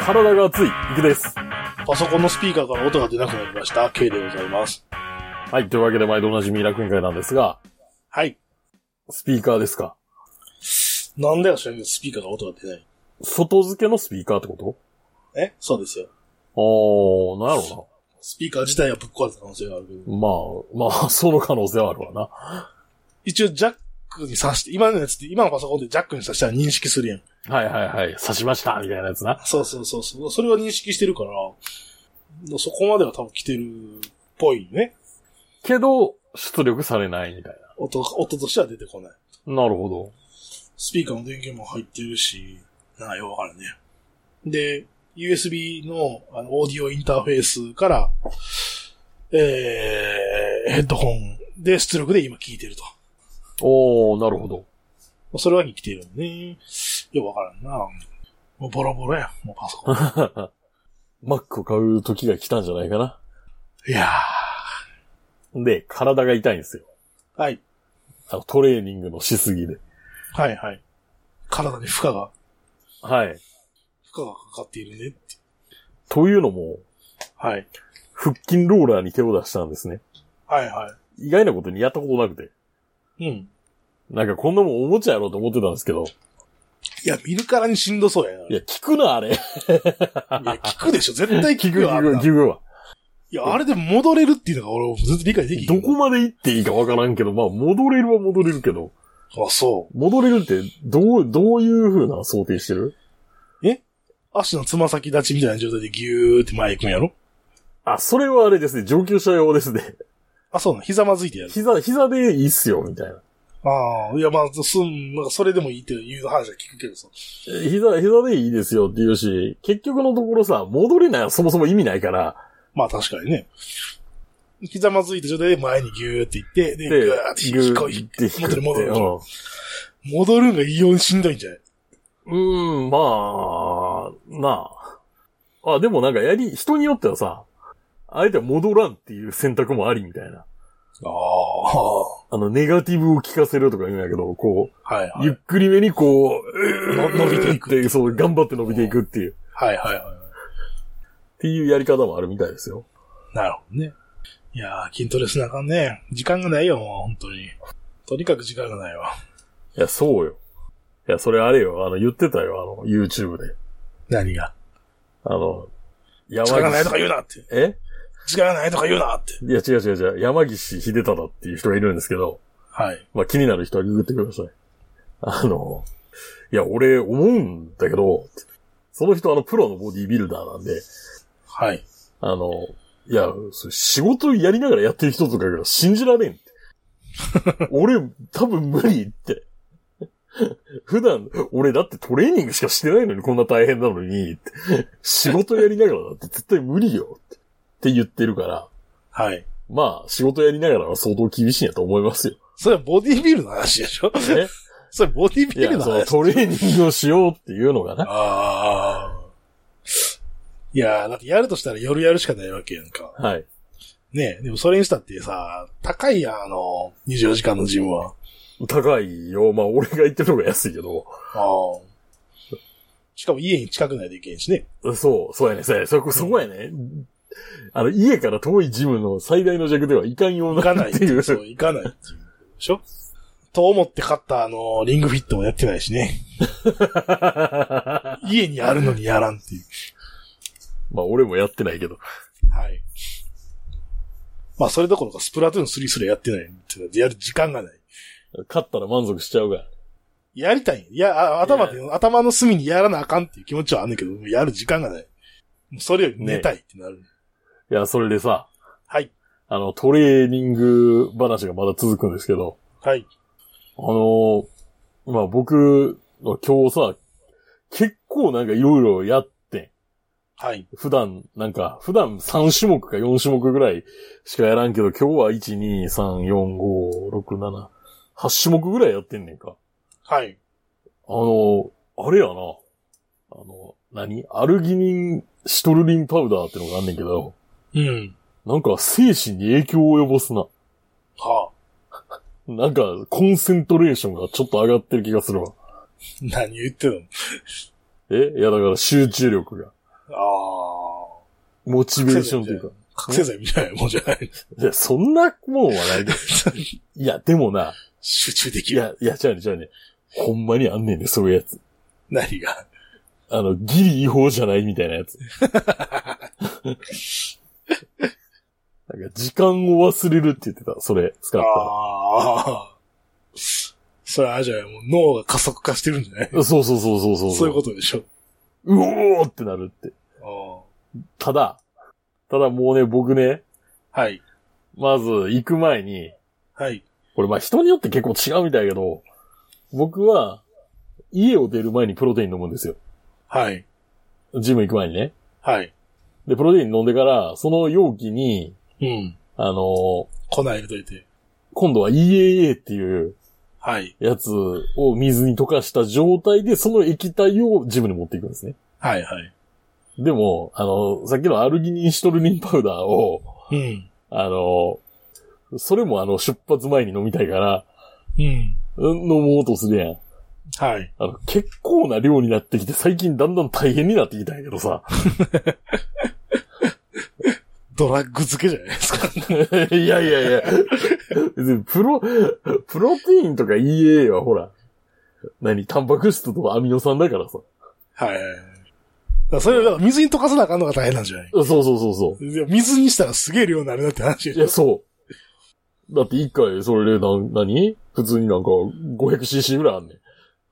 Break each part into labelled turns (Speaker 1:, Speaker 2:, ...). Speaker 1: 体が熱い、いくです。
Speaker 2: パソコンのスピーカーから音が出なくなりました。K でございます。
Speaker 1: はい、というわけで毎度おなじみ楽園会なんですが、
Speaker 2: はい。
Speaker 1: スピーカーですか
Speaker 2: なんだよ、知らんけどスピーカーから音が出ない。
Speaker 1: 外付けのスピーカーってこと
Speaker 2: えそうですよ。
Speaker 1: おー、なんやろ
Speaker 2: スピーカー自体はぶっ壊れた可能性があるけど。
Speaker 1: うな。まあ、まあ、その可能性はあるわな。
Speaker 2: 一応ジャックに挿して、今のやつって、今のパソコンでジャックに挿したら認識するやん。
Speaker 1: はいはいはい、刺しました、みたいなやつな。
Speaker 2: そうそうそうそう。それは認識してるから、そこまでは多分来てるっぽいね。
Speaker 1: けど、出力されないみたい
Speaker 2: 音、音としては出てこない。
Speaker 1: な。なるほど。
Speaker 2: スピーカーの電源も入ってるし、なんかよくわからんね。で、USB のあのオーディオインターフェースから、えー、ヘッドホンで出力で今聞いてると。
Speaker 1: おー、なるほど。
Speaker 2: それはに来てるんでね。よくわからんな。もうボロボロやん、もうパソコ ン。
Speaker 1: Mac を買う時が来たんじゃないかな。
Speaker 2: いや
Speaker 1: で、体が痛いんですよ。
Speaker 2: ー。はい。
Speaker 1: あの、トレーニングのしすぎで。
Speaker 2: はいはい。体に負荷が、
Speaker 1: はい。
Speaker 2: 負荷がかかっているねって。
Speaker 1: というのも、
Speaker 2: はい。
Speaker 1: 腹筋ローラーに手を出したんですね。
Speaker 2: はいは
Speaker 1: 意外なことにやったことなくて。
Speaker 2: い。うん。
Speaker 1: なんかこんなもんおもちゃやろうと思ってたんですけど。
Speaker 2: いや、見るからにしんどそうやな。
Speaker 1: い
Speaker 2: い
Speaker 1: や、聞くな、あれ。
Speaker 2: や、聞くでしょ。絶対聞
Speaker 1: 聞
Speaker 2: く
Speaker 1: く、
Speaker 2: よ。あ
Speaker 1: 聞
Speaker 2: ん
Speaker 1: く、
Speaker 2: な
Speaker 1: 聞くわ。
Speaker 2: いや、あれで戻れるっていうのが俺も全然理解できん
Speaker 1: どこまで行っていいかわからんけど、まあ、戻れるは戻れるけど、
Speaker 2: あ、そ
Speaker 1: 戻れるって、どう、どういう風な想定してる
Speaker 2: う。足のつま先立ちみたいな状態でギューって前行くんやろ
Speaker 1: あ、それはあれですね、上級者用ですね。
Speaker 2: あ、そうなの。ひざまずいてやる。
Speaker 1: 膝、膝でいいっすよ、みたいな。
Speaker 2: ああ、いや、まあ、すん、なんかそれでもいいっていう話は聞くけどさ。
Speaker 1: え膝、膝でいいですよって言うし、結局のところさ、戻れないはそもそも意味ないから、
Speaker 2: まあ確かにね。ひざまずいた状態で前にギューって行って、で、
Speaker 1: で、
Speaker 2: ギューって引っこ
Speaker 1: グ
Speaker 2: い
Speaker 1: ーって引
Speaker 2: 元
Speaker 1: く
Speaker 2: に
Speaker 1: っ
Speaker 2: 戻
Speaker 1: て
Speaker 2: る。戻るんが異様にしんどいんじゃない
Speaker 1: うん、うん、まあ、なあ。あ、でもなんかやり、人によってはさ、あえて戻らんっていう選択もありみたいな。
Speaker 2: ああ、は
Speaker 1: あの、ネガティブを聞かせるとか言うんやけど、こう、
Speaker 2: いはい。
Speaker 1: ゆっくりめにこう、
Speaker 2: の伸びてい
Speaker 1: っ
Speaker 2: く
Speaker 1: ていう、そう、頑張って伸びていくっていう、っ
Speaker 2: はいはいは
Speaker 1: ていうやり方もあるみたいですよ。
Speaker 2: い。なるほどね。いやー、筋トレしなあかんね。時間がないよ、もう、本当に。とにかく時間がないわ。
Speaker 1: いや、そうよ。いや、それあれよ、あの、言ってたよ、あの、YouTube で。
Speaker 2: 何が。
Speaker 1: あの、
Speaker 2: 時
Speaker 1: 山
Speaker 2: 間がない
Speaker 1: 岸
Speaker 2: とか言うなって。
Speaker 1: え
Speaker 2: 時間がないとか言うなって。
Speaker 1: いや、違う違う違う。山岸秀忠っていう人がいるんですけど、
Speaker 2: はい。
Speaker 1: まあ、気になる人はググってください。あの、いや、俺、思うんだけど、その人、あの、プロのボディビルダーなんで、
Speaker 2: はい。
Speaker 1: あの、いや、それ仕事やりながらやってる人とかが信じられんって。俺、多分無理って。普段、俺だってトレーニングしかしてないのにこんな大変なのに、って仕事やりながらだって絶対無理よってって言ってるから、
Speaker 2: はい。
Speaker 1: まあ、仕事やりながらは相当厳しいんやと思いますよ。
Speaker 2: それはボディビルの話でしょ
Speaker 1: ね。
Speaker 2: それボディビ
Speaker 1: い
Speaker 2: ル
Speaker 1: や、
Speaker 2: の
Speaker 1: その
Speaker 2: 話。
Speaker 1: トレーニングをしようっていうのがな。
Speaker 2: ああ。いやー、だってやるとしたら夜やるしかないわけやんか。
Speaker 1: はい。
Speaker 2: ねえでもそれにしたってさ、高いやん、あの、24時間のジムは。
Speaker 1: 高いよ。まあ、俺が言ってるのが安いけど。
Speaker 2: ああ。しかも家に近くないといけんしね。
Speaker 1: そう、そうやね、そうやね。そこ、そこやね。あの、家から遠いジムの最大の弱ではいかんよう
Speaker 2: 行か
Speaker 1: な
Speaker 2: ない
Speaker 1: っ
Speaker 2: って
Speaker 1: てい。
Speaker 2: いう う、そう、行かないっていう。でしょと思って買ったあの、リングフィットもやってないし ね。
Speaker 1: ま
Speaker 2: 家にあるのにやらんっていう。
Speaker 1: あ、俺もやってないけど。
Speaker 2: はい。まあ、それどころか、スプラトゥーン3すらやってないっていうか。やる時間がない。
Speaker 1: 勝ったら満足しちゃうが。
Speaker 2: やりたいんや。いや、あ頭で、頭の隅にやらなあかんっていう気持ちはあんねんけど、やる時間がない。もうそれより寝たいってなる。
Speaker 1: いや、それでさ、
Speaker 2: はい。
Speaker 1: あの、トレーニング話がまだ続くんですけど、
Speaker 2: はい。
Speaker 1: あのーまあ僕、今日さ、結構なんかいろいろやってん、
Speaker 2: はい。
Speaker 1: 普段、なんか、普段3種目か4種目ぐらいしかやらんけど、今日は1、2、3、4、5、6、7、8種目ぐらいやってんねんか。
Speaker 2: はい。
Speaker 1: あの、あれやな。あの、何アルギニンシトルリンパウダーってのがあんねんけど、
Speaker 2: うん。
Speaker 1: なんか精神に影響を及ぼすな。
Speaker 2: はあ。
Speaker 1: なんか、コンセントレーションがちょっと上がってる気がするわ。
Speaker 2: 何言ってんの
Speaker 1: えいやだから集中力が。
Speaker 2: ああ。
Speaker 1: モチベーションというか。
Speaker 2: 覚醒剤みたいなもんじゃない。
Speaker 1: いや、そんなもんはないけど。いや、でもな、
Speaker 2: 集中で
Speaker 1: い
Speaker 2: きる。
Speaker 1: や、いや、じゃあね、じゃあね、ほんまにあんねんね、そういうやつ。
Speaker 2: 何が。
Speaker 1: あの、ギリ違法じゃないみたいなやつ。なんか、時間を忘れるって言ってた、それ、使った
Speaker 2: ああ。それはあれじゃない。もう脳が加速化してるんじゃない
Speaker 1: ら。そうそうそうそうそう。
Speaker 2: そういうことでしょ。
Speaker 1: うおーってなるって。
Speaker 2: あ
Speaker 1: ただ、ただもうね、僕ね、
Speaker 2: あはい。
Speaker 1: まず行く前に、
Speaker 2: はい。
Speaker 1: これまあ人によって結構違うみたいだけど、僕は家を出る前にプロテイン飲むんですよ。
Speaker 2: はい。
Speaker 1: ジム行く前にね。
Speaker 2: はい。
Speaker 1: で、プロテイン飲んでから、その容器に、
Speaker 2: うん。
Speaker 1: あのー
Speaker 2: 粉入れといて。
Speaker 1: 今度は EAA っていう
Speaker 2: はい。
Speaker 1: やつを水に溶かした状態で、その液体をジムに持っていくんですね。
Speaker 2: はいはい。
Speaker 1: でも、あのさっきのアルギニンシトルリンパウダーを、
Speaker 2: うん。
Speaker 1: あのそれもあの、出発前に飲みたいから、
Speaker 2: うん。
Speaker 1: うん飲もうとするやん。
Speaker 2: はい。
Speaker 1: あの、結構な量になってきて、最近だんだん大変になってきたんやけどさ。
Speaker 2: ドラッグ漬けじゃないですか。
Speaker 1: いやいやいや。別にプロ、プロテインとか EA はほら、何、タンパク質とアミノ酸だからさ。
Speaker 2: はいはいはい。だからそれはだから水に溶かさなあかんのが大変なんじゃない
Speaker 1: そうそうそうそ
Speaker 2: いや水にしたらすげえ量になるなって話
Speaker 1: う。いや、そう。だって一回それでな、何普通になんか 500cc ぐらいあんねん。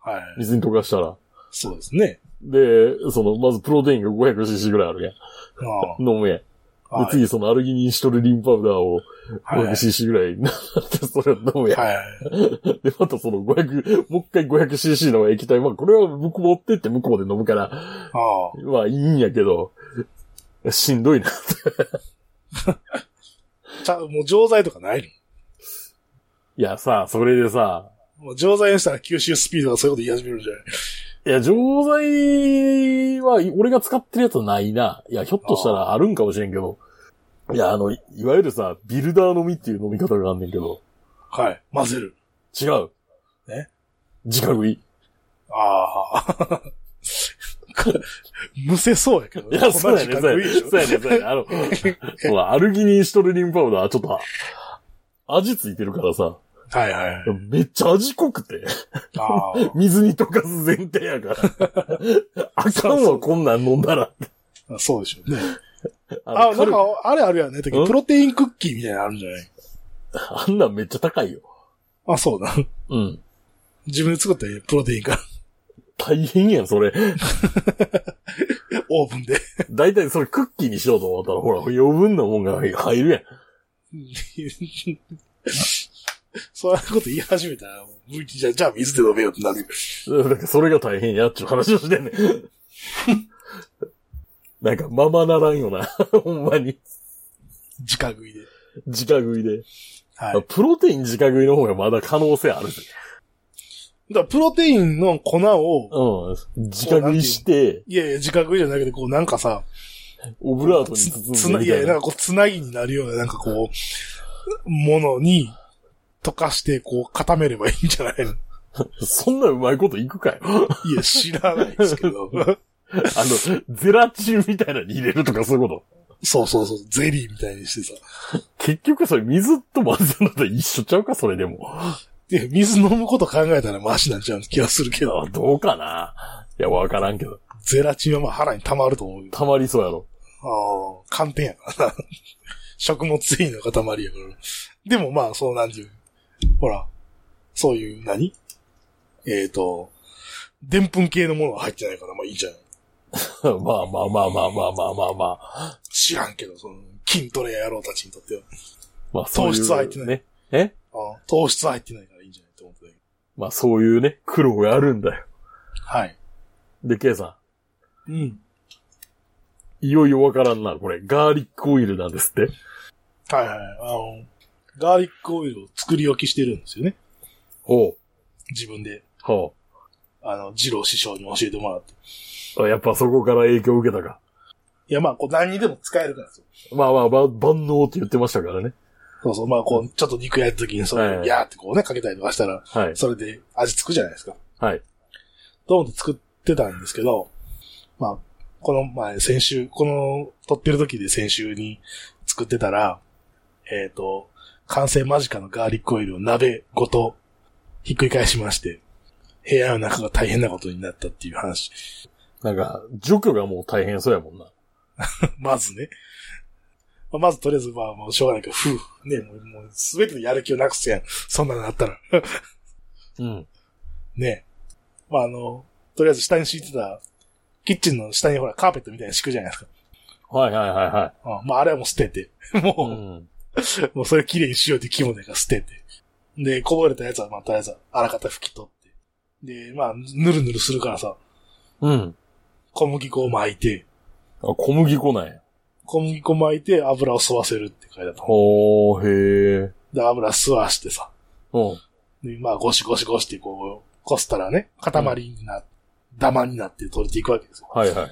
Speaker 2: はい。
Speaker 1: 水に溶かしたら。
Speaker 2: そうですね。
Speaker 1: で、その、まずプロテインが 500cc ぐらいあるや
Speaker 2: あ
Speaker 1: ん。飲むやん。で、
Speaker 2: あ。はい
Speaker 1: 次そのアルギニンシトルリンパウダーを
Speaker 2: はいはい
Speaker 1: 500cc ぐらいになって、それを飲む やん。
Speaker 2: はいはい。
Speaker 1: で、またその500、もう一回 500cc の液体、まあこれは僕持ってって向こうで飲むから、
Speaker 2: ああ。
Speaker 1: まあいいんやけど、しんどいな。
Speaker 2: ちゃ、もう錠剤とかない
Speaker 1: いやさ、それでさ、
Speaker 2: のもう錠剤にしたら吸収スピードがそういうこと言い始めるんじゃない
Speaker 1: いや、錠剤は、い俺が使ってるやつはないな。いや、ひょっとしたらあるんかもしれんけど。いや、あの、いいわゆるさ、ビルダー飲みっていう飲み方があんねんけど。
Speaker 2: はい。混ぜる。
Speaker 1: 違う。
Speaker 2: え
Speaker 1: 自家食い。
Speaker 2: ああ。 むせそうやけど
Speaker 1: いや、そうやね、そ
Speaker 2: 同じ
Speaker 1: うや
Speaker 2: 感
Speaker 1: ね、
Speaker 2: じでいいでし
Speaker 1: そうやね、そうやね。 あの、ほら、アルギニンシトルリンパウダー、ちょっと、味ついてるからさ。
Speaker 2: ょはいはいはい。
Speaker 1: めっちゃ味濃くて。
Speaker 2: あ
Speaker 1: 水に溶かす前提や から。あかんわ、こんなん飲んだら。
Speaker 2: あ。そうでしょうね。
Speaker 1: あの
Speaker 2: あ、なん
Speaker 1: 軽い
Speaker 2: か、あれあるやんね。時
Speaker 1: うん
Speaker 2: プロテインクッキーみたいなのあるんじゃない
Speaker 1: あんなんめっちゃ高いよ。
Speaker 2: あ、そうだ。
Speaker 1: うん。
Speaker 2: 自分で作ったらいい プロテインが。
Speaker 1: 大変やん、それ。
Speaker 2: オーブンで。
Speaker 1: だいたいそれクッキーにしようと思ったら、ほら、余分なもんが入るやん。
Speaker 2: そういうこと言い始めたら、もうじゃあ、じゃあ水で飲めよってなる。
Speaker 1: なんかそれが大変やっちゅう話をして んねん。なんか、ままならんよな。 ほんまに。
Speaker 2: 自家食いで。
Speaker 1: 自家食いで。
Speaker 2: はい。だか
Speaker 1: プロテイン自家食いの方がまだ可能性ある。
Speaker 2: らプロテインの粉を、
Speaker 1: うん。自家食いして、
Speaker 2: いやいや、自覚じゃないけど、こうなんかさ、
Speaker 1: オブラートに
Speaker 2: つ、つ
Speaker 1: 包ん
Speaker 2: な、
Speaker 1: で
Speaker 2: い
Speaker 1: みた
Speaker 2: やい
Speaker 1: い
Speaker 2: や、なん
Speaker 1: な。
Speaker 2: かこう、つなぎになるような、なんかこう、ものに、溶かして、こう、固めればいいんじゃないの
Speaker 1: そんなうまいことい くかよ。
Speaker 2: いや、知らないですけ ど。
Speaker 1: あの、ゼラチンみたいなのに入れるとかそういうこと。
Speaker 2: そうそうそう、ゼリーみたいにしてさ。
Speaker 1: 結
Speaker 2: 結
Speaker 1: 局それ水と混ぜるのと一緒ちゃうか、それでも。あ
Speaker 2: で、水飲むこと考えたらマシなんちゃう気がするけど、
Speaker 1: どうかないや、わからんけど。
Speaker 2: ゼラチンはまあ腹に溜まると思うけど。
Speaker 1: たまりそうやろ。
Speaker 2: ああ、寒天やから な。食物繊維の塊やから。でもまあ、そうなんていう。ほら、そういう何、えっ、と、でんぷん系のものは入ってないから、まあいいんじゃない
Speaker 1: まあまあまあまあまあまあまあまあ。
Speaker 2: 知らんけど、その、筋トレ野郎たちにとっては。
Speaker 1: まあそういう、ね。
Speaker 2: 糖質入ってない
Speaker 1: ね。え
Speaker 2: ああ糖質入ってないからいいんじゃないと思ったけど。
Speaker 1: まあそういうね、苦労があるんだよ。
Speaker 2: はい。
Speaker 1: で、ケイさ
Speaker 2: うん。
Speaker 1: ん。いよいよわからんな、これ。ガーリックオイルなんですって。
Speaker 2: はいはい。あの、ガーリックオイルを作り置きしてるんですよね。
Speaker 1: ほ
Speaker 2: 自分で。
Speaker 1: う。ほ
Speaker 2: あの、二郎師匠に教えてもらって。
Speaker 1: う。あやっぱそこから影響を受けたか。
Speaker 2: いやまあ、こう何にでも使えるからですよ。
Speaker 1: まあまあ、ば万能って言ってましたからね。
Speaker 2: そうそう、まあこう、ちょっと肉焼いた時に、それ、
Speaker 1: はい
Speaker 2: いやーってこうね、かけたりとかしたら、
Speaker 1: はい。
Speaker 2: それで味つくじゃないですか。
Speaker 1: はい。
Speaker 2: と思って作ってたんですけど、まあ、この前、先週、この、撮ってる時で先週に作ってたら、えっ、と、完成間近のガーリックオイルを鍋ごとひっくり返しまして、部屋の中が大変なことになったっていう話。
Speaker 1: なんか、除去がもう大変そうやもんな。
Speaker 2: まずね。まあまずとりあえず、まあ、もうしょうがないけど、ふう。ね、もう、もうすべてのやる気をなくすやん。そんなのあったら。
Speaker 1: うん。
Speaker 2: ね。まあ、あの、とりあえず下に敷いてた、キッチンの下にほら、カーペットみたいに敷くじゃないですか。
Speaker 1: はいはいはいは
Speaker 2: うんまあ、あれはもう捨てて。
Speaker 1: い。
Speaker 2: もう、
Speaker 1: うん。
Speaker 2: もうそれ綺麗にしようって気分だから捨てて。で、こぼれたやつは、まあ、とりあえず、あらかた拭き取って。で、まあ、ぬるぬるするからさ、
Speaker 1: うん。
Speaker 2: 小麦粉を巻いて、
Speaker 1: あ、小麦粉なんや。
Speaker 2: 小麦粉巻いて油を吸わせるって書いてあった。
Speaker 1: ほー、へー。
Speaker 2: で、油吸わしてさ、
Speaker 1: うん。
Speaker 2: で、まあ、ゴシゴシゴシってこう、こすったらね、塊にな、ダマになって取れていくわけですよ。
Speaker 1: はいはい。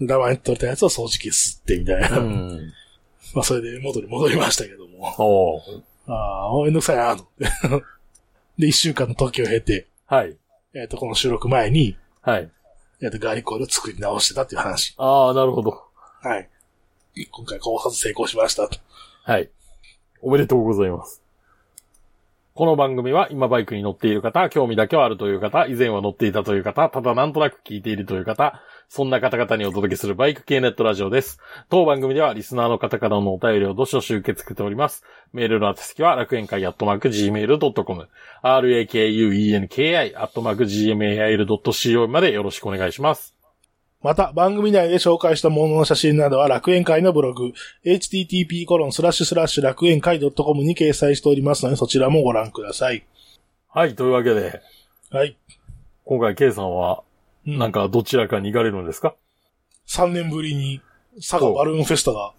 Speaker 2: うん。ダマに取れたやつを掃除機吸ってみたいな。
Speaker 1: ん。
Speaker 2: まあ、それで元に戻りましたけども。
Speaker 1: おー
Speaker 2: ああ、めんどくさいなと 思って。で、一週間の時を経て、
Speaker 1: はい。
Speaker 2: えっ、と、この収録前に、
Speaker 1: はい。
Speaker 2: えっ、と、ガーリックオイルを作り直してたっていう話。
Speaker 1: あー、なるほど。
Speaker 2: はい。今回考察成功しましたと。
Speaker 1: はい。おめでとうございます。この番組は今バイクに乗っている方、興味だけはあるという方、以前は乗っていたという方、ただなんとなく聞いているという方、そんな方々にお届けするバイク系ネットラジオです。当番組ではリスナーの方からのお便りをどしどし受け付けております。メールの宛先は楽園会アットマーク gmail.com、rakuenki アットマーク gmail.co までよろしくお願いします。
Speaker 2: また、番組内で紹介したものの写真などは楽園会のブログ、http コロンスラッシュスラッシュ楽園会 .com に掲載しておりますので、そちらもご覧ください。
Speaker 1: はい、というわけで、
Speaker 2: はい。
Speaker 1: 今回 K さんは、
Speaker 2: うん
Speaker 1: なんかどちらかに行かれるんですか、
Speaker 2: 3年ぶりに、佐賀バルーンフェスタが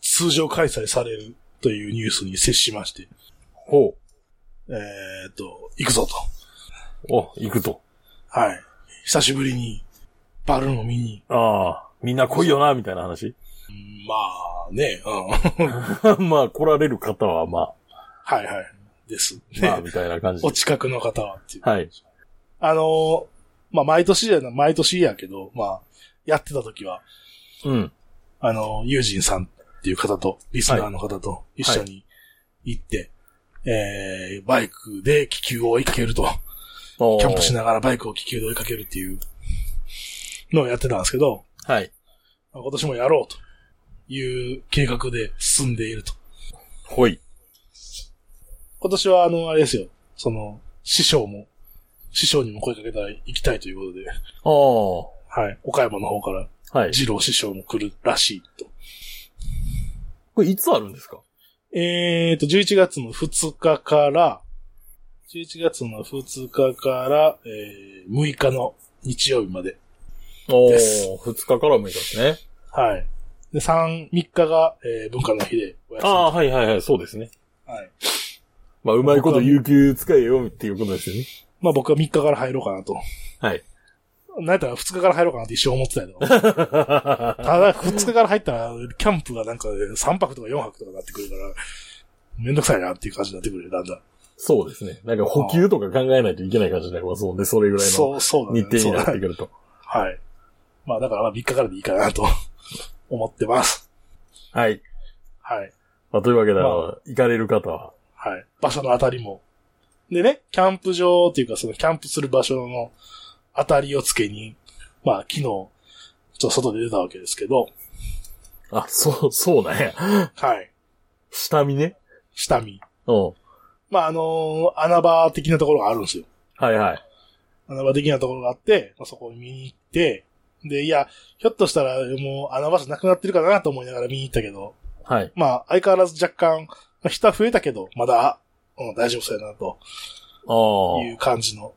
Speaker 2: 通常開催されるというニュースに接しまして、
Speaker 1: ほう。
Speaker 2: えーっと、行くぞと。
Speaker 1: お、行くと。
Speaker 2: はい。久しぶりに、バルーンを見に、
Speaker 1: ああ、みんな来いよな、みたいな話。
Speaker 2: まあね、うん。
Speaker 1: まあ、来られる方は、ま
Speaker 2: はいはい。です。
Speaker 1: あ、まあ、
Speaker 2: ね。
Speaker 1: みたいな感じ
Speaker 2: お。近くの方はっていう。
Speaker 1: はい。
Speaker 2: あのーまあ、毎年やな、毎年やけど、まあ、やってた時は、
Speaker 1: うん。
Speaker 2: あのー、友人さんっていう方と、リスナーの方と一緒に行って、えー、バイクで気球を追いかけると、
Speaker 1: お
Speaker 2: キャンプし
Speaker 1: な
Speaker 2: ながらバイクを気球で追いかけるっていうのをやってたんですけど、
Speaker 1: はい。
Speaker 2: まあ今年もやろうという計画で進んでいると。
Speaker 1: ほい。
Speaker 2: 今年はあの、あれですよ、その、師匠も、師匠にも声かけたら行きたいということで、
Speaker 1: ああ、
Speaker 2: はい、岡山の方から
Speaker 1: はい。
Speaker 2: 二郎師匠も来るらしいと。
Speaker 1: これ、いつあるんですか
Speaker 2: えーと、11月の2日から、11月の2日から、えー、6日の日曜日まで。
Speaker 1: お
Speaker 2: で
Speaker 1: ー
Speaker 2: す
Speaker 1: 二日から6日ですね。
Speaker 2: はい。で、3、3日が、えー、文化の日でお休
Speaker 1: ああ、はいはいはい、そうですね。
Speaker 2: み。はい。
Speaker 1: まあ、うまいこと有給使えよ、っていうことですよね。
Speaker 2: まあ僕は3日から入ろうかなと。
Speaker 1: はい。
Speaker 2: なんやったら2日から入ろうかなって一生思ってたけど。ただ2日から入ったら、キャンプがなんか3泊とか4泊とかなってくるから、めんどくさいなっていう感じになってくるよ、だんだん。
Speaker 1: そうですね。なんか補給とか考えないといけない感じになりますもんね、それぐらいの
Speaker 2: そう、そうだね。
Speaker 1: 日程になっ
Speaker 2: そう
Speaker 1: て
Speaker 2: だね
Speaker 1: くると。
Speaker 2: はい。まあだからまあ3日からでいいかなと 思ってます。
Speaker 1: はい。
Speaker 2: はい。
Speaker 1: まあ、というわけで、
Speaker 2: まあ
Speaker 1: 行かれる方は、
Speaker 2: はい。場所の当たりも。でね、キャンプ場っていうかそのキャンプする場所の当たりをつけに、まあ昨日、ちょっと外で出たわけですけど、
Speaker 1: あ、そう、そうなんや。
Speaker 2: はい。
Speaker 1: 下見ね。
Speaker 2: 下見。
Speaker 1: うん。
Speaker 2: まああのー穴場的なところがあるんですよ。
Speaker 1: はいはい。
Speaker 2: 穴場的なところがあって、まあ、そこを見に行って、で、いや、ひょっとしたらもう穴場じゃなくなってるかなと思いながら見に行ったけど、
Speaker 1: はい。
Speaker 2: まあ相変わらず若干、まあ人は増えたけど、まだ、うん、大丈夫そうやなと
Speaker 1: ああ。
Speaker 2: いう感じの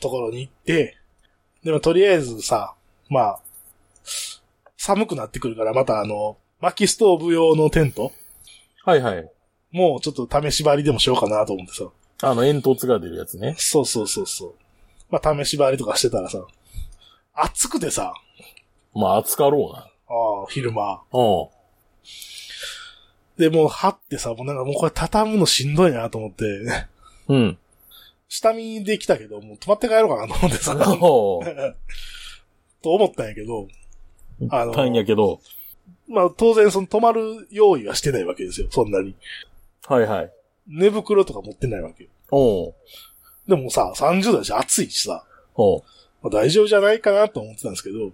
Speaker 2: ところに行って、でもとりあえずさ、まあ、寒くなってくるから、またあの、薪ストーブ用のテント
Speaker 1: はいはい。
Speaker 2: もうちょっと試し張りでもしようかなと思ってさ。
Speaker 1: あの、煙突が出るやつね。
Speaker 2: そうそうそうそう。まあ試し張りとかしてたらさ、暑くてさ、
Speaker 1: まあ、扱ろうな。
Speaker 2: ああ、昼間。
Speaker 1: うん。
Speaker 2: で、もう張ってさ、もうなんかもうこれ畳むのしんどいなと思って、
Speaker 1: うん。
Speaker 2: 下見できたけ ど、もう泊まって帰ろうかなと思ってさ、
Speaker 1: おー
Speaker 2: と思ったんやけど、あの
Speaker 1: たんやけど、
Speaker 2: まあ当然その泊まる用意はしてないわけですよ、そんなに。
Speaker 1: はいはい。
Speaker 2: 寝袋とか持ってないわけよ。
Speaker 1: おう
Speaker 2: でもさ、30度だし暑いしさ、
Speaker 1: おう
Speaker 2: まあ、大丈夫じゃないかなと思ってたんですけど、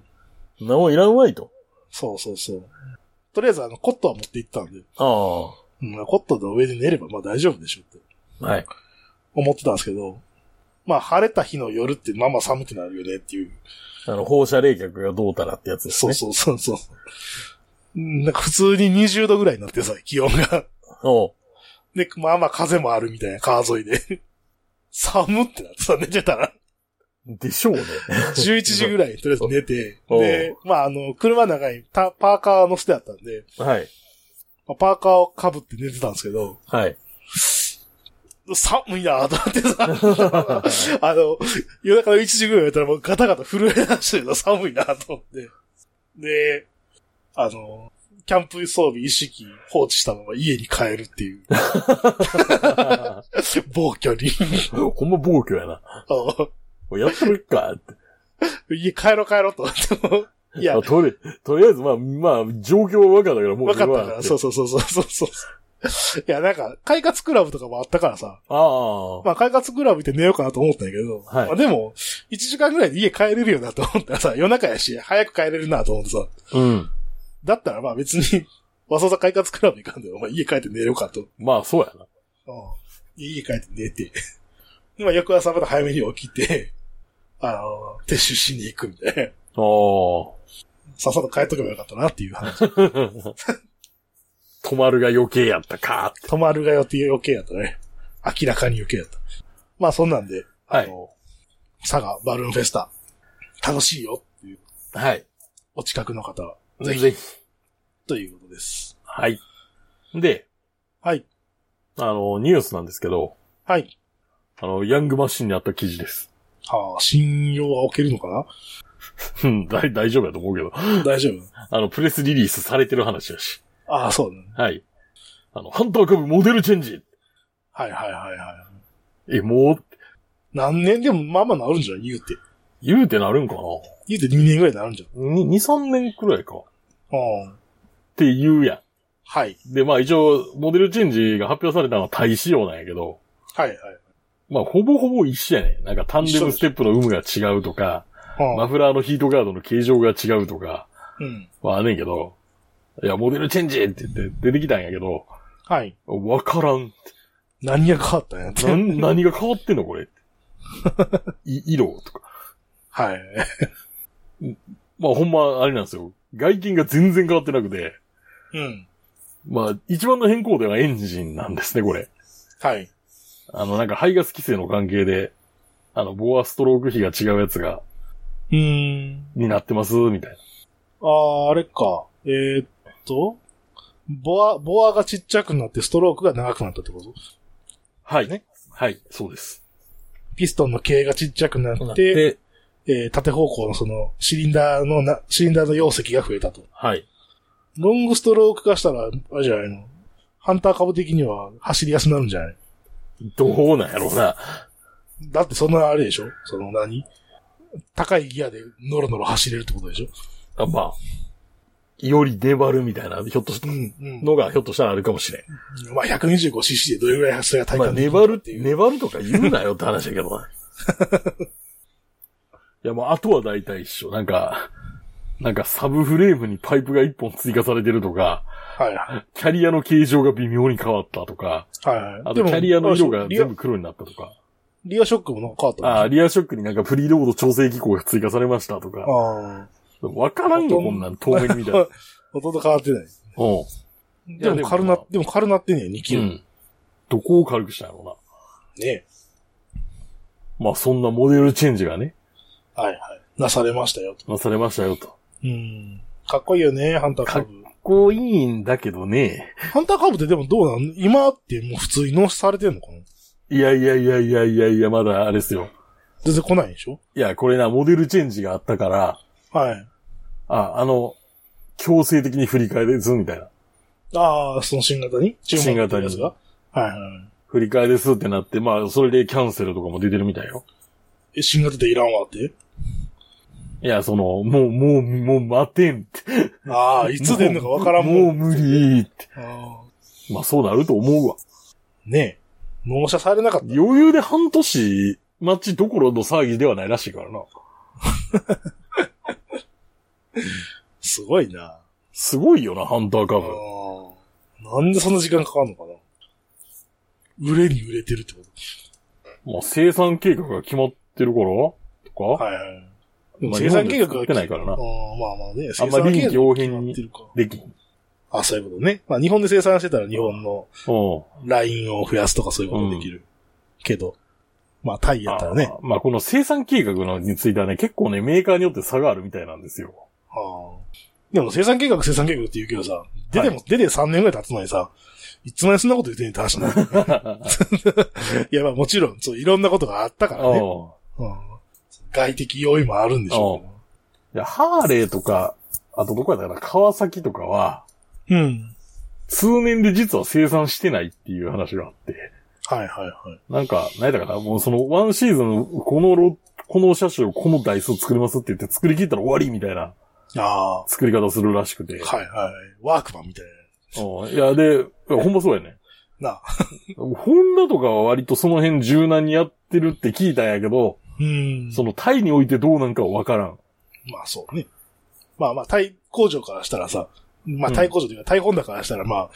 Speaker 1: 何もいらんわいと。
Speaker 2: そうそうそう。とりあえずあの、コットは持って行ったんで、
Speaker 1: ああ。
Speaker 2: まあ、コットの上で寝ればまあ大丈夫でしょって
Speaker 1: はい。
Speaker 2: 思ってたんですけど、まあ晴れた日の夜ってまあまあ寒くなるよねっていう。
Speaker 1: あの、放射冷却がどうたらってやつです
Speaker 2: そう
Speaker 1: ね。
Speaker 2: そうそうそう。うんなんか普通に20度ぐらいになってさ、気温が。
Speaker 1: おう
Speaker 2: で、まあまあ風もあるみたいな川沿いで。 寒ってなってさ、寝て たら。
Speaker 1: でしょうね。
Speaker 2: 11時ぐらいにとりあえず寝て、
Speaker 1: おう
Speaker 2: で、まああの、車の中にたパーカーの捨てあったんで、
Speaker 1: はい。
Speaker 2: まあ、パーカーをかぶって寝てたんですけど、
Speaker 1: はい。
Speaker 2: 寒いなぁと思 ってさ、あの、夜中の1時ぐらいやったらもうガタガタ震え出してるの寒いなぁと思って。で、あの、キャンプ装備一式放置したまま家に帰るっ ていう、暴挙に。
Speaker 1: ほんま暴挙やな。もうやってるかって。
Speaker 2: 家帰ろう帰ろうと思っても。いや
Speaker 1: あ、とり、とりあえず、まあ、まあ、状況は分かったから、もう
Speaker 2: 分かったか
Speaker 1: 今
Speaker 2: ら、そう
Speaker 1: う。
Speaker 2: そうそうそうそうそう。いや、なんか、快活クラブとかもあったからさ、
Speaker 1: ああ。
Speaker 2: まあ、快活クラブ行って寝ようかなと思ったんやけど、
Speaker 1: はい
Speaker 2: まあ、でも、1時間ぐらいで家帰れるよなと思ったらさ、夜中やし、早く帰れるなと思ってさ、
Speaker 1: うん。
Speaker 2: だったらまあ別に、 わざわざ快活クラブ行かんで、お前家帰って寝ようかと。うん
Speaker 1: まあ、そうやな。
Speaker 2: 家帰って寝て。で、まあ、翌朝また早めに起きて、あの、撤収しに行くみたいな。
Speaker 1: ああ。
Speaker 2: さっさと帰っとけばよかったなっていう話。
Speaker 1: 止まるが余計やったかって。
Speaker 2: 泊まるが予定余計やったね。明らかに余計やった。まあそんなんで、あの、佐賀バルーンフェスタ、楽しいよっていう、
Speaker 1: はい。
Speaker 2: お近くの方は、
Speaker 1: ぜひ。
Speaker 2: ということです。
Speaker 1: はい。で、
Speaker 2: はい。
Speaker 1: あの、ニュースなんですけど、
Speaker 2: はい。
Speaker 1: あの、ヤングマシンにあった記事です。
Speaker 2: はあ、信用は置けるのか
Speaker 1: うん、大大丈夫やと思うけど。
Speaker 2: な大丈夫
Speaker 1: あの、プレスリリースされてる話やし。
Speaker 2: ああ、そうだね。
Speaker 1: はい。あの、ハンター株モデルチェンジ
Speaker 2: はいはいはいはい。
Speaker 1: え、もう、
Speaker 2: 何年でもまあまあなるんじゃん、言うて。
Speaker 1: 言うてなるんかな
Speaker 2: 言うて2年ぐらいになるんじゃん。
Speaker 1: に ?2、3年くらいか。っ
Speaker 2: うん。
Speaker 1: て言うや
Speaker 2: はい。
Speaker 1: ん。で、まあ一応、モデルチェンジが発表されたのは対仕様なんやけど、
Speaker 2: はい
Speaker 1: まあほぼほぼ一緒やねん。なんかタンデムステップの有無が違うとか、
Speaker 2: はい。
Speaker 1: マフラーのヒートガードの形状が違うとか、
Speaker 2: うん。うん。
Speaker 1: まああんねんけど、いや、モデルチェンジって言って出てきたんやけど、
Speaker 2: はい。
Speaker 1: わからん。
Speaker 2: 何が変わったんやって。
Speaker 1: な ん何が変わってんのこれ。い色とか。
Speaker 2: はい。
Speaker 1: まあほんま、あれなんですよ。外見が全然変わってなくて、
Speaker 2: うん。
Speaker 1: まあ一番の変更点はエンジンなんですね、これ。
Speaker 2: はい。
Speaker 1: あの、なんか排ガス規制の関係で、あの、ボアストローク比が違うやつが、
Speaker 2: うーん。
Speaker 1: になってます、みたいな。
Speaker 2: ああ、あれか。えー、っと、ボア、ボアがちっちゃくなってストロークが長くなったってこと
Speaker 1: はい。
Speaker 2: ね
Speaker 1: はい、そうです。
Speaker 2: ピストンの径がちっちゃくなって、、えー縦方向のその、シリンダーのな、シリンダーの容積が増えたと。
Speaker 1: はい。
Speaker 2: ロングストローク化したら、あれじゃないのハンター株的には走りやすくなるんじゃない
Speaker 1: どうなんやろうな。
Speaker 2: だってそんなあれでしょその何高いギアでノロノロ走れるってことでしょ
Speaker 1: あまあ、より粘るみたいな、ひょっとした
Speaker 2: うん、うん。
Speaker 1: のが、ひょっとしたらあるかもしれん。
Speaker 2: まあ 125cc でどれぐらいそれが体
Speaker 1: まあ、
Speaker 2: 感できる
Speaker 1: 粘るっ
Speaker 2: って
Speaker 1: て、
Speaker 2: いう。
Speaker 1: 粘るとか言うなよって話だけど な。いや、もう、あとは大体一緒。なんか、なんかサブフレームにパイプが一本追加されてるとか、
Speaker 2: はいは
Speaker 1: キャリアの形状が微妙に変わったとか、
Speaker 2: い。はいは
Speaker 1: あ
Speaker 2: い。
Speaker 1: とキャリアの色が
Speaker 2: リア
Speaker 1: 全部黒になったとか、
Speaker 2: リアショックもなんか変わったの
Speaker 1: あーリアショックになんかプリロード調整機構が追加されましたとか、
Speaker 2: ああ。
Speaker 1: わからんよ、
Speaker 2: ほと
Speaker 1: こ
Speaker 2: ん
Speaker 1: んなん透明にみ たいな。
Speaker 2: ほとんど変わってない。
Speaker 1: うん。
Speaker 2: でも軽な、でも軽なってね、2キロ。
Speaker 1: うん。どこを軽くしたんやろうな。
Speaker 2: ね。
Speaker 1: まあそんなモデルチェンジがね、
Speaker 2: はいはい。なされましたよと。
Speaker 1: なされましたよと。
Speaker 2: うん。かっこいいよね、ハンターカブ。
Speaker 1: こういいんだけどね。
Speaker 2: ハンターカブってでもどうなん今ってもう普通に納車されてんのかない
Speaker 1: やいやいやいやいやいや、まだあれですよ。
Speaker 2: 全然来ないでしょ
Speaker 1: いや、これな、モデルチェンジがあったから、
Speaker 2: はい。
Speaker 1: あ、あの、強制的に振り替えです、みたいな。
Speaker 2: ああ、その新型に注
Speaker 1: 新
Speaker 2: 文
Speaker 1: 型
Speaker 2: の
Speaker 1: に
Speaker 2: やつがはいはい。
Speaker 1: 振り替えですってなって、まあ、それでキャンセルとかも出てるみたいよ。
Speaker 2: え、新型でいらんわって
Speaker 1: いや、その、もう、もう、もう待てんって。
Speaker 2: ああ、いつ出んのかわからんもん。
Speaker 1: もう無理って。
Speaker 2: あ
Speaker 1: まあそうなると思うわ。
Speaker 2: ーねえ。納車されなかった。
Speaker 1: 余裕で半年待ちどころの騒ぎではないらしいからな。
Speaker 2: すごいな。
Speaker 1: すごいよな、ハンターカ
Speaker 2: あ
Speaker 1: ブ。
Speaker 2: ーなんでそんな時間かかるのかな売れに売れてるってこ
Speaker 1: まあ生産計画が決まってるからとか、
Speaker 2: とはいはい。
Speaker 1: まあ
Speaker 2: 生産計
Speaker 1: 日本で
Speaker 2: 画
Speaker 1: 作
Speaker 2: が
Speaker 1: ってないからな
Speaker 2: あーまあまあね、
Speaker 1: あんまり臨機応変に
Speaker 2: 生産計画が決まって
Speaker 1: で
Speaker 2: るか
Speaker 1: きん。
Speaker 2: あ、そういうことね。まあ日本で生産してたら日本の
Speaker 1: うん。
Speaker 2: ラインを増やすとかそういうことできる。けど、まあタイやったらね。
Speaker 1: あーまあこの生産計画のについてはね、結構ね、メーカーによって差があるみたいなんですよ。
Speaker 2: ああでも生産計画生産計画って言うけどさ、出ても、出て3年ぐらい経つのにさ、いつまでそんなこと言ってんねん って話になるいやまあもちろん、そういろんなことがあったからね。
Speaker 1: うん
Speaker 2: うん外的要因もあるんでしょ
Speaker 1: いやハーレーとか、あとどこやったかな、川崎とかは、
Speaker 2: うけど。うん。
Speaker 1: 通年で実は生産してないっていう話があって、
Speaker 2: はいはいはい。
Speaker 1: なんか、ないだかな、もうそのワンシーズン、このロこの車種をこの台数作りますって言って作り切ったら終わりみたいな
Speaker 2: ああ。は
Speaker 1: 作り方するらしくて
Speaker 2: い。はい。ワークマンみたい
Speaker 1: うんいや、で、いやほんまそうやね。
Speaker 2: な。なあ。
Speaker 1: ホンダとかは割とその辺柔軟にやってるって聞いたんやけど、
Speaker 2: うん。
Speaker 1: そのタイにおいてどうなんかはわからん。
Speaker 2: まあそうね。まあまあ、タイ工場からしたらさ、まあ
Speaker 1: うん
Speaker 2: タイ工場というか、タイホンダからしたらまあ、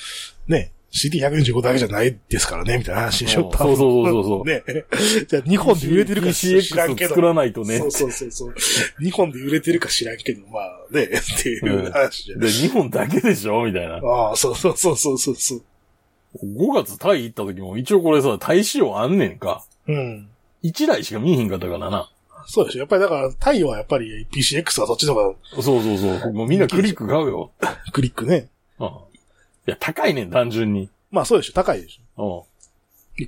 Speaker 2: ね、CD145 だけじゃないですからね、みたいな話でしょ。
Speaker 1: うんそうそうそうそう
Speaker 2: ね。 じゃあ、日本で売れてるか知らんけ
Speaker 1: PCX
Speaker 2: ど。
Speaker 1: 作らないとね。
Speaker 2: そうそうそうそう。日本で売れてるか知らんけど、まあね、っていう話じゃん。
Speaker 1: で、日本だけでしょみたいな。
Speaker 2: ああ、そうそうそうそうそうそう。
Speaker 1: 5月タイ行った時も一応これさ、タイ仕様あんねんか。
Speaker 2: うん。
Speaker 1: 1台しか見えへんかったからな。
Speaker 2: そうでしょ。やっぱりだから、タイはやっぱり PCX はそっちの方
Speaker 1: そうそうそう。もうみんなクリック買うよ。
Speaker 2: がクリックね。
Speaker 1: うん。いや、高いねん、単純に。
Speaker 2: まあそうでしょ。高いでし
Speaker 1: うん。
Speaker 2: ょ。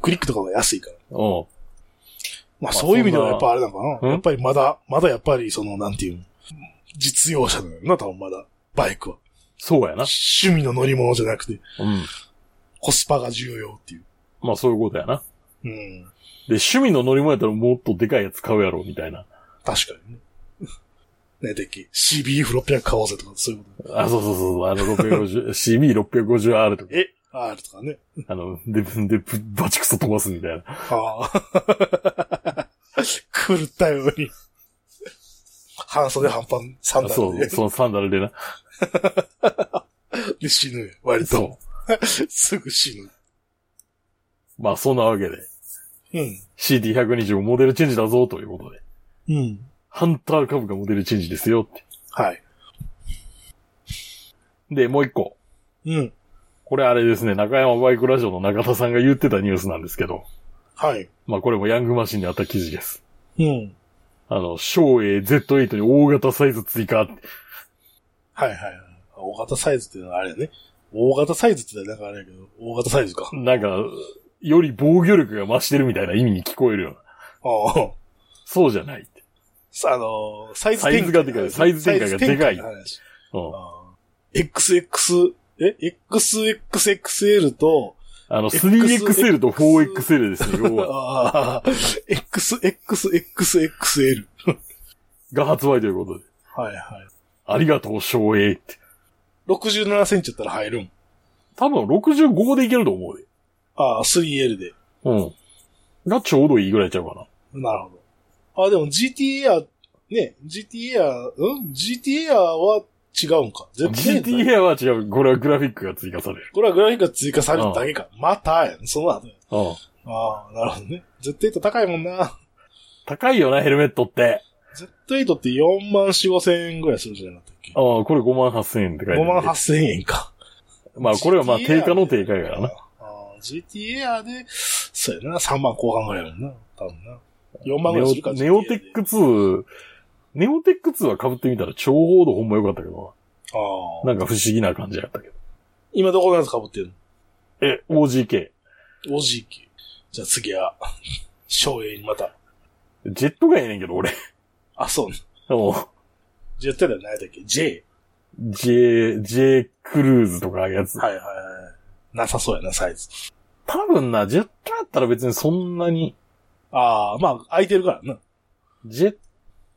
Speaker 2: クリックとかが安いから。
Speaker 1: うん。
Speaker 2: まあ
Speaker 1: まあ
Speaker 2: そういう意味では
Speaker 1: そんな
Speaker 2: やっぱあれなのか
Speaker 1: うん
Speaker 2: な。やっぱりまだ、まだやっぱりその、なんていうの、実用車なのよな、多分まだ。バイクは。
Speaker 1: そうやな。
Speaker 2: 趣味の乗り物じゃなくて、
Speaker 1: うん。
Speaker 2: コスパが重要っていう。
Speaker 1: まあそういうことやな。
Speaker 2: うん。
Speaker 1: で、趣味の乗り物やったらもっとでかいやつ買うやろ、みたいな。
Speaker 2: 確かにね。 ね、でっけ CBF600 買おうぜとか、そういうこと。
Speaker 1: あ、そうそうそう、あの、650、CB650R とか、
Speaker 2: え ?R とかね。
Speaker 1: あの、で、で、ぶバチクソ飛ばすみたいな。
Speaker 2: ああ。 狂ったように。半袖半パン、サンダ
Speaker 1: そ
Speaker 2: ル
Speaker 1: う、
Speaker 2: で、
Speaker 1: そのサンダルでな。
Speaker 2: で死ぬよ。割と。
Speaker 1: そ
Speaker 2: すぐ死ぬ。
Speaker 1: う。まあそんなわけで、
Speaker 2: うん。
Speaker 1: CT125 モデルチェンジだぞ、ということで。
Speaker 2: うん。
Speaker 1: ハンター株がモデルチェンジですよって。
Speaker 2: はい。
Speaker 1: で、もう一個。
Speaker 2: うん。
Speaker 1: これあれですね、中山バイクラジオの中田さんが言ってたニュースなんですけど、
Speaker 2: はい。
Speaker 1: まあこれもヤングマシンにあった記事です。
Speaker 2: うん。
Speaker 1: あの、小 A Z8 に大型サイズ追加。
Speaker 2: はいはいはい。大型サイズっていうのはあれやね。大型サイズってなんかあれやけど、大型サイ ズか。
Speaker 1: なんか、より防御力が増してるみたいな意味に聞こえるような。
Speaker 2: ああ。
Speaker 1: そうじゃないって。
Speaker 2: さあのーサイズ
Speaker 1: サイズがでかいサイズ展開がでかい
Speaker 2: サイズ展開の話
Speaker 1: うん。
Speaker 2: ああ XX、え ?XXXL と、
Speaker 1: あの、
Speaker 2: X-
Speaker 1: 3XL と 4XL ですね、要は。
Speaker 2: ああ、XXXXL。
Speaker 1: が発売ということで。
Speaker 2: はいはい。
Speaker 1: ありがとう、小 A って。
Speaker 2: 67センチだったら入るん。
Speaker 1: 多分65でいけると思うで。
Speaker 2: ああ、3L で。
Speaker 1: うん。がちょうどいいぐらいちゃうかな。
Speaker 2: なるほど。あ、でも GT アね、GT アうん ?GT アは違うんか。
Speaker 1: GTA は違う。これはグラフィックが追加される。
Speaker 2: これはグラフィックが追加されるだけか。またやん、その後やん。
Speaker 1: うん。
Speaker 2: ああ、なるほどね。Z8 高いもんな。
Speaker 1: 高いよな、ヘルメットって。
Speaker 2: Z8 って4万4、5千円ぐらいするじゃなかったっけ
Speaker 1: ああ、これ5万8千円って書いて
Speaker 2: 5
Speaker 1: あ
Speaker 2: 万
Speaker 1: る。
Speaker 2: 8千円か。
Speaker 1: まあ、これはまあ、
Speaker 2: GTR
Speaker 1: 定価の定価やからな。
Speaker 2: ああ、GTA で、そうやな、3万後半ぐらいやもんな。多分な。4万ぐ
Speaker 1: ネ
Speaker 2: らいするか
Speaker 1: オネオテッ。ク
Speaker 2: GTA で
Speaker 1: 2、ネオテック2は被ってみたら超報道ほんま良かったけど
Speaker 2: あ
Speaker 1: な、な
Speaker 2: あ。
Speaker 1: んか不思議な感じやったけど。
Speaker 2: 今どこのやつ被ってる
Speaker 1: え、OGK。
Speaker 2: の ?OG 機。じゃあ次は、 翔英にまた。
Speaker 1: ジェットがええねんけど、俺。
Speaker 2: あ、そうね。
Speaker 1: も
Speaker 2: ジェットではないだっけ ?J。
Speaker 1: う、J、J クルーズとかああいうやつ。
Speaker 2: はいはいはい。なさそうやな、サイズ。
Speaker 1: 多分な、ジェットやったら別にそんなに、
Speaker 2: ああ、まあ、空いてるからな。
Speaker 1: ジェッ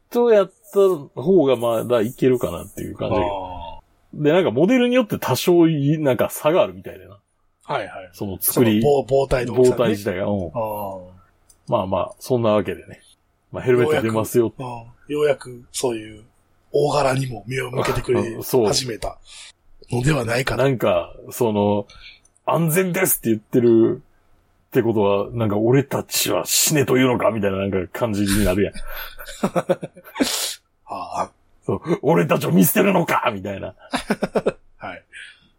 Speaker 1: とやった方がまだいけるかなっていう感じだけど
Speaker 2: あ
Speaker 1: で、なんかモデルによって多少いい、なんか差があるみたいだな。
Speaker 2: あ。はいはい。
Speaker 1: その作り、
Speaker 2: その棒棒体の大き
Speaker 1: 胴
Speaker 2: さね
Speaker 1: 体自体が。うん
Speaker 2: ああ。
Speaker 1: まあまあ、そんなわけでね。まあヘルメット出ますよ。
Speaker 2: うんようやくそういう大柄にも目を向けてくれ
Speaker 1: そう
Speaker 2: 始めたのではないかな。
Speaker 1: なんか、その、安全ですって言ってるってことは、なんか俺たちは死ねというのかみたいななんか感じにな るやん。
Speaker 2: あ
Speaker 1: そう俺たちを見捨てるのかみたいな。
Speaker 2: あ、はい。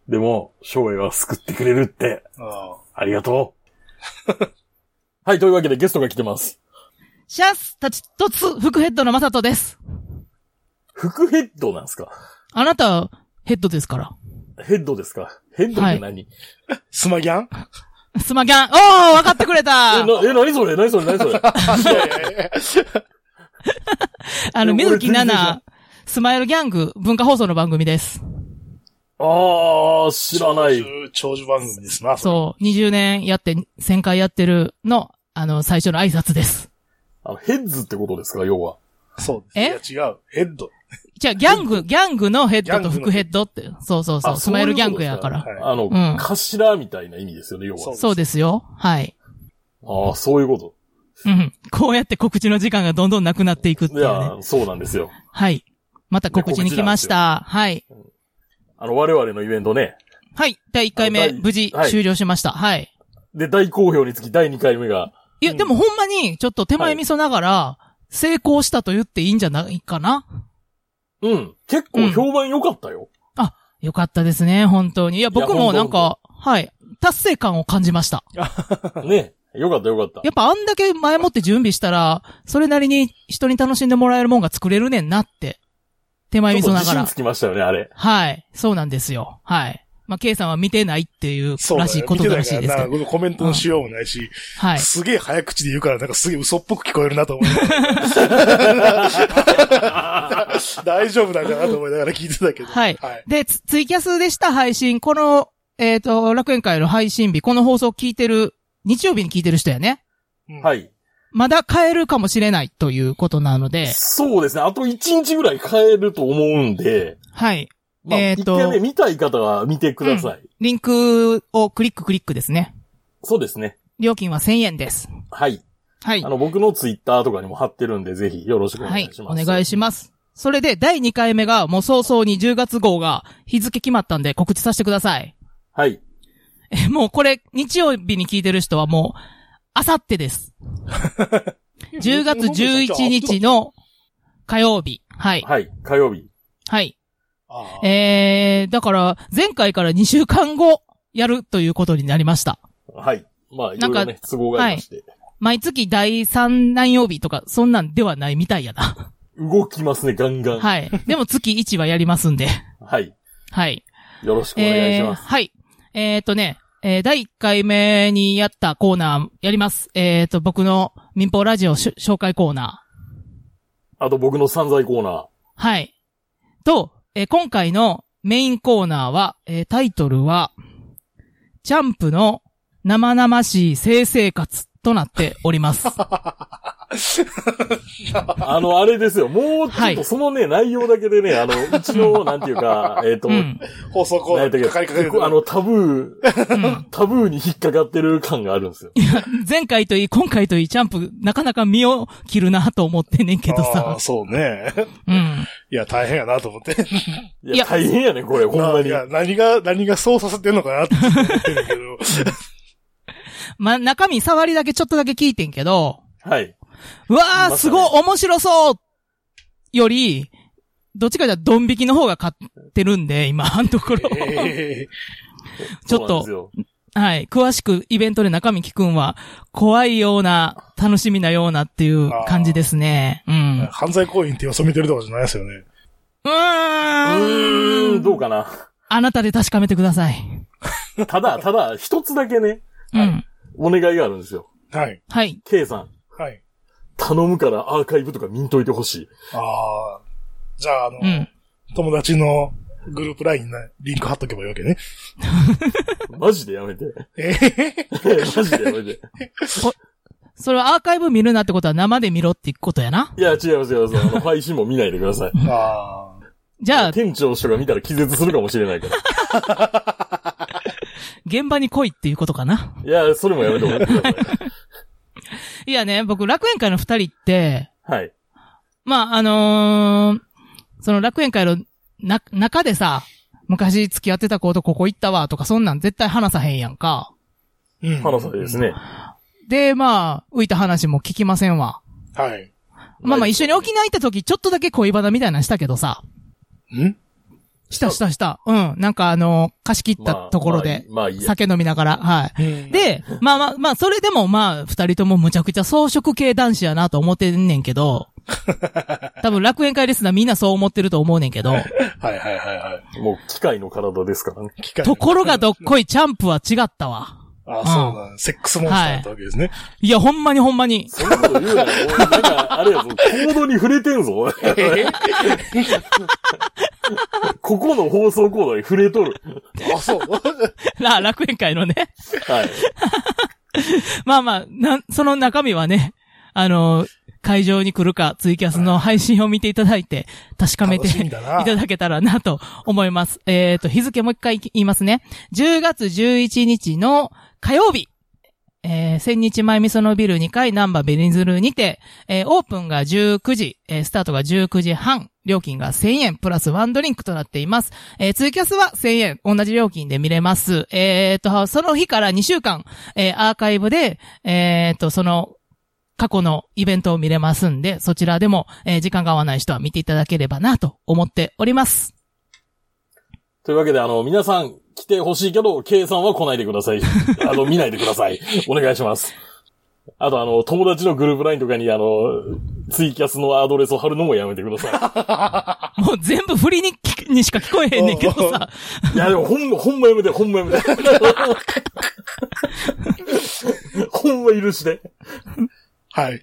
Speaker 1: でも、翔英は救ってくれるって、
Speaker 2: あ
Speaker 1: ありがとう。 はい、というわけでゲストが来てます。
Speaker 3: シャスたちとつ、副ヘッドのマサトです。
Speaker 1: 副ヘッドなんですか
Speaker 3: あなた、ヘッドですから。
Speaker 1: ヘッドですかヘッドって何、
Speaker 2: あスマ ギャン
Speaker 3: スマギャン、おー分かってくれた
Speaker 1: え、な、え、何それ何それ何そ れ
Speaker 2: いやいやいや
Speaker 3: あの、
Speaker 1: え
Speaker 3: 水木
Speaker 1: 俺全
Speaker 3: 奈
Speaker 1: 然
Speaker 3: 々、スマイルギャング、文化放送の番組です。
Speaker 1: あー、知らない。
Speaker 2: 長寿長寿番組ですな。それ
Speaker 3: そう、20年やって、1000回やってるの、あの、最初の挨拶です。
Speaker 1: あの、ヘッズってことですか要は。
Speaker 2: そうです。いや違う。ヘッド。
Speaker 3: じゃあ、ギャング、ギャングのヘッド
Speaker 2: ギャング
Speaker 3: と
Speaker 2: の
Speaker 3: 副ヘッドって、そうそうそう、
Speaker 1: あ
Speaker 3: スマイルギャングやから。
Speaker 1: そういう
Speaker 2: は
Speaker 1: ことですか
Speaker 3: はい
Speaker 1: あ
Speaker 3: う
Speaker 1: の、
Speaker 3: ん
Speaker 1: 頭みたいな意味ですよね、要
Speaker 2: そ
Speaker 1: は
Speaker 2: う。
Speaker 3: そうですよ。はい。
Speaker 1: ああ、そういうこ
Speaker 3: うん。こうやって告知の時間がどんどんなくなっていくって
Speaker 1: と。
Speaker 3: い
Speaker 1: いうや
Speaker 3: ね。、
Speaker 1: そうなんですよ。
Speaker 3: はい。また告知に来ました。はい。
Speaker 1: あの、我々のイベントね。
Speaker 3: はい。第1回
Speaker 1: あ
Speaker 3: 目、
Speaker 1: 第
Speaker 3: 無事
Speaker 1: はい
Speaker 3: 終了しました。はい。
Speaker 1: で、大好評につき第2回目が、
Speaker 3: いや、
Speaker 2: うん
Speaker 3: でもほんまに、ちょっと手前味噌ながら、成功したと言っていいんじゃないかな
Speaker 1: うん、結構評判良かったよ。
Speaker 3: よかったですね、本当に。いや、僕
Speaker 1: いや
Speaker 3: もなん
Speaker 1: ほん
Speaker 3: か、はい、達成感を感じました。
Speaker 1: ね。良かった良かった。
Speaker 3: やっぱあんだけ前もって準備したら、それなりに人に楽しんでもらえるもんが作れるねんなって。手前
Speaker 1: ちょっ
Speaker 3: 味
Speaker 1: と
Speaker 3: 噌なが
Speaker 1: 自信
Speaker 3: ら
Speaker 1: つ。きましたよね、あれ。
Speaker 3: はい。そうなんですよ。はい。まあ、K さんは見てないっていう
Speaker 2: そうだ
Speaker 3: ら
Speaker 2: よ
Speaker 3: しいことらしい
Speaker 2: 見て
Speaker 3: ですけ
Speaker 2: たからな
Speaker 3: ど。
Speaker 2: このコメントのしようもないし、
Speaker 3: はい。
Speaker 2: すげえ早口で言うから、なんかすげえ嘘っぽく聞こえるなと思いながら 大丈夫だかなと思いながら聞いてたけど。
Speaker 3: はい
Speaker 2: はい。
Speaker 3: で、ツツイキャスでした配信、この、えっ、と、楽園会の配信日、この放送を聞いてる、日曜日に聞いてる人やね。
Speaker 2: うん
Speaker 1: はい。
Speaker 3: まだ買えるかもしれないということなので、
Speaker 1: そうですね。あと1日ぐらい変えると思うんで、
Speaker 3: はい。
Speaker 1: まあ、
Speaker 3: えー
Speaker 1: 一
Speaker 3: と
Speaker 1: 回目見たい方は見てください。
Speaker 3: リンクをクリッククリックですね。
Speaker 1: そうですね。
Speaker 3: 料金は1000円です。
Speaker 1: はい。
Speaker 3: はい
Speaker 1: あ。の、僕のツイッターとかにも貼ってるんで、ぜひよろしくお
Speaker 3: は
Speaker 1: 願い
Speaker 3: い
Speaker 1: し。ま
Speaker 3: お
Speaker 1: す。
Speaker 3: 願いします。それで、第2回目が、もう早々に10月号が日付決まったんで告知させてください。
Speaker 1: はい。
Speaker 3: えもうこれ、日曜日に聞いてる人はもう、あさってです。10月11日の火曜日。はい。
Speaker 1: はい。火曜日。
Speaker 3: はい。
Speaker 2: あー。
Speaker 3: えー、だから、前回から2週間後、やるということになりました。
Speaker 1: はい。まあ、い
Speaker 3: な
Speaker 1: ろ
Speaker 3: ん
Speaker 1: い
Speaker 3: か
Speaker 1: ろね、都合がありまして。
Speaker 3: 毎月第3何曜日とか、そんなんではないみたいや な。
Speaker 1: 動きますね、ガンガン。はい。
Speaker 3: はい。でも月1はやりますんで。はい。
Speaker 1: よろしくお願いし
Speaker 3: ー
Speaker 1: ます。
Speaker 3: はい。えー、とね、えー、第1回目にやったコーナーやります。えー、と、僕の民放ラジオし紹介コーナ
Speaker 1: あと僕の散財コーナ
Speaker 3: ー。はい。と、えー今回のメインコーナーは、えータイトルは、ジャンプの生々しい性生活となっております。
Speaker 1: ー。あの、あれですよ。もうちょ
Speaker 3: は
Speaker 1: っと
Speaker 3: い
Speaker 1: そのね、内容だけでね、あの、うちの、なんていう か、えっと、
Speaker 3: うん。
Speaker 2: 放送コーナ
Speaker 1: 何
Speaker 2: ーに
Speaker 1: やっ
Speaker 2: か
Speaker 1: た
Speaker 2: か
Speaker 1: っ
Speaker 2: りかかる
Speaker 1: け。あの、タブー、
Speaker 3: うん
Speaker 1: タブーに引っかかってる感があるんですよ。
Speaker 3: 前回といい、今回といい、ジャンプ、なかなか身を切るなと思ってんねんけど
Speaker 2: あ
Speaker 3: さ
Speaker 2: ー。そうね。
Speaker 3: うん。
Speaker 2: いや、大変やなと思って。
Speaker 1: いや、
Speaker 3: いや
Speaker 1: 大変やね、これ、ほんま
Speaker 2: い
Speaker 1: に。
Speaker 2: や、何が、何がそうさせてんのかなって思ってるけど。
Speaker 3: まあ、中身触りだけちょっとだけ聞いてんけど、
Speaker 1: はい。
Speaker 3: うわ
Speaker 1: ま
Speaker 3: ー、
Speaker 1: たね
Speaker 3: すごい面白そうより、どっちかじゃドン引きの方が勝ってるんで、今のところ。
Speaker 2: ええ
Speaker 3: ちょっと
Speaker 1: そうなんですよ
Speaker 3: はい。詳しくイベントで中身聞くんは、怖いような、楽しみなようなっていう感じですね。うん。う
Speaker 2: 犯罪行為に手を染めてるとかじゃないですよね。
Speaker 3: ー
Speaker 1: うーん、
Speaker 3: ん。
Speaker 1: どうかな。
Speaker 3: あなたで確かめてください。
Speaker 1: ただ、ただ、一つだけね、
Speaker 3: う
Speaker 2: はい
Speaker 3: ん。
Speaker 1: お願いがあるんですよ。
Speaker 2: はい。
Speaker 3: はい。
Speaker 1: K さん、
Speaker 2: はい。
Speaker 1: 頼むからアーカイブとか見んといてほしい。
Speaker 2: ああ。じゃあ、あの、
Speaker 3: うん。
Speaker 2: 友達のグループラインになリンク貼っとけばいいわけね。
Speaker 1: マジでやめて。
Speaker 2: ええ
Speaker 1: マジでやめて。
Speaker 3: それはアーカイブ見るなってことは生で見ろっていくことやな。
Speaker 1: いや、違います、違います。あの、配信も見ないでください。
Speaker 2: ああ。
Speaker 3: じゃあ、
Speaker 1: 店長人が見たら気絶するかもしれないから。
Speaker 3: 現場に来いっていうことかな。
Speaker 1: いや、それもやめてもらってください。
Speaker 3: いやね、僕、楽園会の二人って、
Speaker 1: はい。
Speaker 3: まあ、あのーその楽園会のな、中でさ、昔付き合ってた子とここ行ったわとか、そんなん絶対話さへんやんか。
Speaker 2: うん。
Speaker 1: 花さんですね。
Speaker 3: で、まあ、浮いた話も聞きませんわ。
Speaker 2: はい。
Speaker 3: まあま
Speaker 1: は
Speaker 3: あ、
Speaker 1: い
Speaker 3: 一緒に沖縄行った時、ちょっとだけ恋バナみたいなのしたけどさ。
Speaker 2: ん
Speaker 3: したしたした。うん。なんかあの、貸し切っ
Speaker 1: ま
Speaker 3: た
Speaker 1: あ
Speaker 3: ところで、
Speaker 1: まあまあいいや。
Speaker 3: 酒飲みながら、はい。
Speaker 2: うん、
Speaker 3: で、まあまあ、まあ、それでもまあ、二人ともむちゃくちゃ装飾系男子やなと思ってんねんけど、 多分楽園会レスナーみんなそう思ってると思うねん けど、
Speaker 2: はいはいはいは
Speaker 1: もう機械の体ですからね。
Speaker 2: い。機械
Speaker 3: ところがどっこいチャンプは違ったわ。
Speaker 2: あそうだ、ね。セックスモンスターだったわけですね。
Speaker 3: いや、ほんまにほんま に。
Speaker 1: そんなこと言うなよ。おいなんか、あれやぞ、コードに触れ てんぞ。おいここの放送コードに触れとる。
Speaker 2: あ、そう。
Speaker 3: ら、楽園会のね。
Speaker 1: はい。
Speaker 3: まあまあ、なん、その中身はね、あの会場に来るか、ツイキャスの配信を見ていただいて、確かめて
Speaker 2: 楽しみ
Speaker 3: い
Speaker 2: だな
Speaker 3: ただけたらなと思います。えっ、と、日付もう一回言いますね。10月11日の火曜日。えー、千日前味噌のビル2階、ナンバーベリズルにて、えーオープンが19時、えースタートが19時半、料金が1000円、プラスワンドリンクとなっています。えーツイキャスは1000円、同じ料金で見れます。えー、と、その日から2週間、えーアーカイブで、えー、と、その、過去のイベントを見れますんで、そちらでも、えー時間が合わない人は見ていただければな、と思っております。
Speaker 1: というわけで、あの、皆さん来てほしいけど、K さんは来ないでください。あの、見ないでください。お願いします。あと、あの、友達のグループラインとかに、あの、ツイキャスのアドレスを貼るのもやめてくださ
Speaker 3: もう全部振りに聞く、にしか聞こえへんねんけどさ。
Speaker 1: い。いや、でも、ほんま、ほんまやめて、ほんまやめて。ほんま許して。
Speaker 2: はい。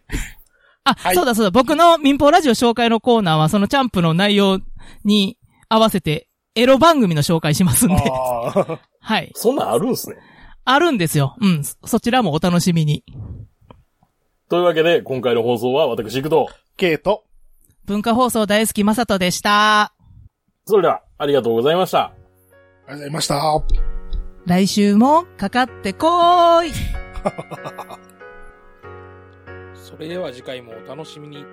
Speaker 3: あ、
Speaker 2: はい
Speaker 3: そうだそうだ。僕の民放ラジオ紹介のコーナーは、そのチャンプの内容に合わせて、エロ番組の紹介しますんで。
Speaker 2: ああ。
Speaker 3: はい。
Speaker 1: そんなんあるんすね。
Speaker 3: あるんですよ。うん。そそちらもお楽しみに。
Speaker 1: というわけで、今回の放送は私行くと。
Speaker 2: ケイト。
Speaker 3: 文化放送大好きまさとでした。
Speaker 1: それでは、ありがとうございました。
Speaker 2: ありがとうございました。
Speaker 3: 来週もかかってこーい。
Speaker 4: それでは次回もお楽しみに。